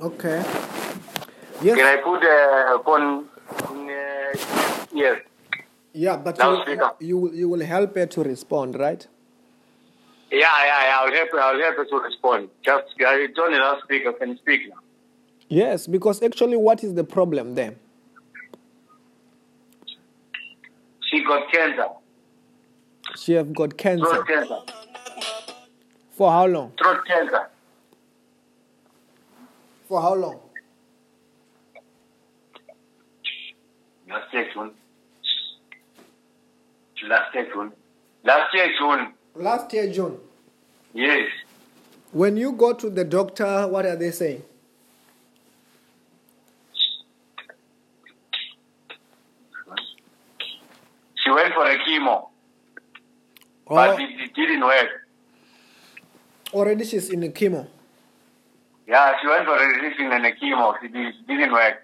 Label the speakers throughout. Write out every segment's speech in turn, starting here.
Speaker 1: Okay.
Speaker 2: Can
Speaker 1: Yes.
Speaker 2: I put uh, phone? Uh, yes.
Speaker 1: Yeah, but
Speaker 2: Now
Speaker 1: you,
Speaker 2: speak up.
Speaker 1: you will you will help her to respond, right?
Speaker 2: Yeah, yeah, yeah. I'll help. I'll help you to respond. Just uh, it's on the loudspeaker. Can speak now.
Speaker 1: Yes, because actually, what is the problem then?
Speaker 2: She got cancer.
Speaker 1: She have got
Speaker 2: Throat
Speaker 1: cancer
Speaker 2: cancer.
Speaker 1: for how long?
Speaker 2: Throat cancer.
Speaker 1: For how long?
Speaker 2: Last year June. Last year June. Last year June.
Speaker 1: Last year June.
Speaker 2: Yes.
Speaker 1: When you go to the doctor, what are they saying?
Speaker 2: She went for a chemo,
Speaker 1: Oh,
Speaker 2: but it, it didn't work.
Speaker 1: already she's in the chemo.
Speaker 2: Yeah, she went for a resisting and a chemo. It did, didn't work.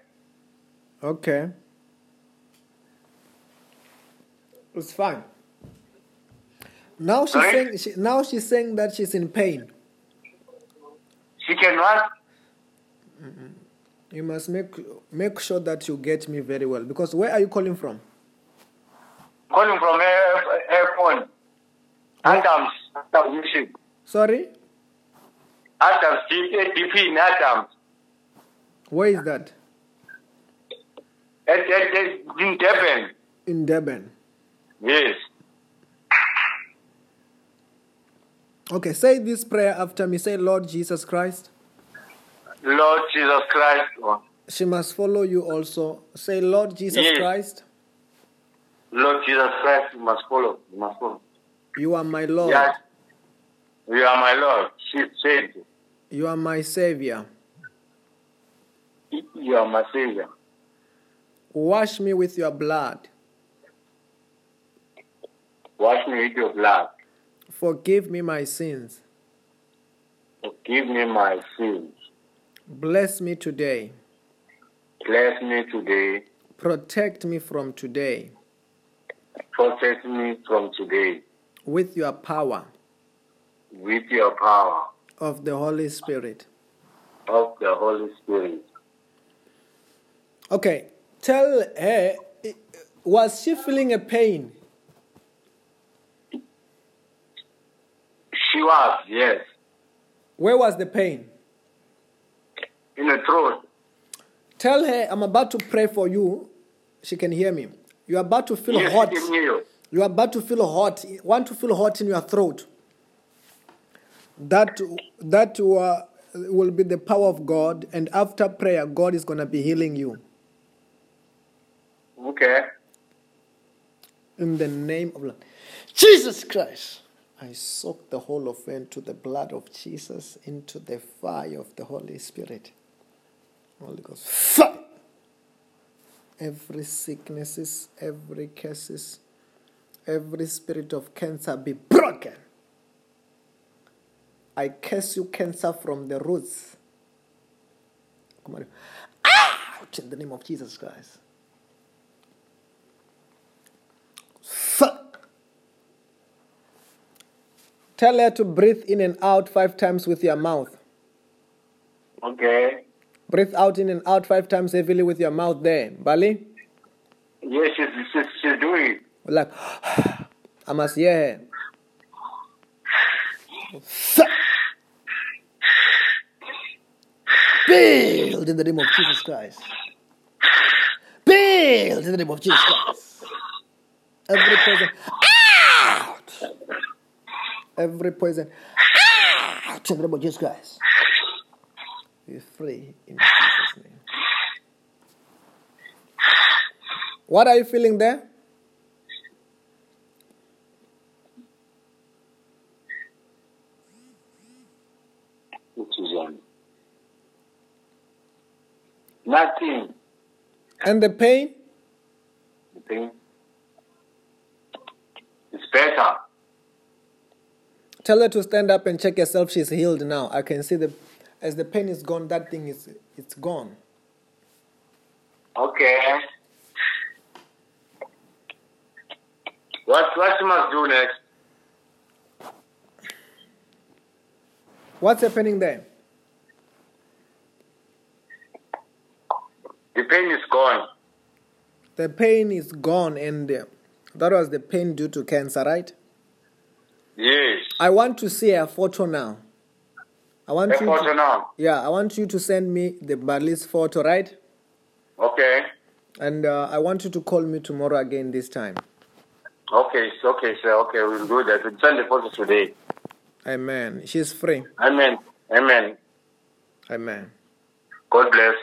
Speaker 1: Okay. It's fine. Now she's
Speaker 2: Sorry?
Speaker 1: saying she, now she's saying that she's in pain.
Speaker 2: She can what?
Speaker 1: You must make make sure that you get me very well because where are you calling from?
Speaker 2: Calling from her, her phone. Adams. Adams Mission.
Speaker 1: Sorry,
Speaker 2: Adams. DP, DP in Adams.
Speaker 1: where is that?
Speaker 2: At, at, at, in Devon.
Speaker 1: In Durban.
Speaker 2: Yes.
Speaker 1: Okay, say this prayer after me. Say, Lord Jesus Christ,
Speaker 2: Lord Jesus Christ. oh,
Speaker 1: she must follow you also. Say, Lord Jesus
Speaker 2: Yes.
Speaker 1: Christ,
Speaker 2: Lord Jesus Christ, you must follow. You must follow.
Speaker 1: you are my Lord.
Speaker 2: Yes. You are my Lord. She said,
Speaker 1: You are my Savior.
Speaker 2: You are my Savior.
Speaker 1: Wash me with your blood.
Speaker 2: Wash me with your blood.
Speaker 1: Forgive me my sins.
Speaker 2: Forgive me my sins.
Speaker 1: Bless me today.
Speaker 2: Bless me today.
Speaker 1: Protect me from today
Speaker 2: Protect me from today
Speaker 1: with your power
Speaker 2: with your power
Speaker 1: of the Holy Spirit.
Speaker 2: of the Holy Spirit.
Speaker 1: Okay, tell her, i- was she feeling a pain?
Speaker 2: She was, yes,
Speaker 1: Where was the pain?
Speaker 2: in the throat.
Speaker 1: Tell her, I'm about to pray for you. She can hear me. You're about to feel
Speaker 2: yes,
Speaker 1: hot.
Speaker 2: she can hear you.
Speaker 1: You're about to feel hot. Want to feel hot in your throat. That, that wa- will be the power of God. And after prayer, God is going to be healing you.
Speaker 2: Okay.
Speaker 1: In the name of Lord. Jesus Christ. I soak the whole of offense to the blood of Jesus into the fire of the Holy Spirit. Holy Ghost. Fire! Every sicknesses, every curses, every spirit of cancer be broken. I curse you cancer from the roots. Come on. Out in the name of Jesus Christ. Fuck. Tell her to breathe in and out five times with your mouth.
Speaker 2: Okay.
Speaker 1: Breathe out in and out five times heavily with your mouth there. Bali?
Speaker 2: Yes, she's, she's, she's doing it.
Speaker 1: Like, I must hear her. Fuck. Build in the name of Jesus Christ. Build in the name of Jesus Christ. Every poison out. Every poison out in the name of Jesus Christ. Be free in Jesus' name. What are you feeling there?
Speaker 2: It's Suzanne. Nothing.
Speaker 1: And the pain?
Speaker 2: You think? It's better.
Speaker 1: Tell her to stand up and check herself. She's healed now. I can see the, as the pain is gone, that thing is it's gone.
Speaker 2: Okay. What what you must do next?
Speaker 1: What's happening there?
Speaker 2: The pain is gone.
Speaker 1: The pain is gone, and uh, that was the pain due to cancer, right?
Speaker 2: Yes.
Speaker 1: I want to see a photo now. I want
Speaker 2: A
Speaker 1: you
Speaker 2: photo
Speaker 1: to,
Speaker 2: now.
Speaker 1: Yeah, I want you to send me the Barley's photo, right?
Speaker 2: Okay.
Speaker 1: And uh, I want you to call me tomorrow again this time.
Speaker 2: Okay, s- okay, sir. Okay, we'll do that. We'll send the photo today.
Speaker 1: Amen. She's free.
Speaker 2: Amen. Amen.
Speaker 1: Amen.
Speaker 2: God bless.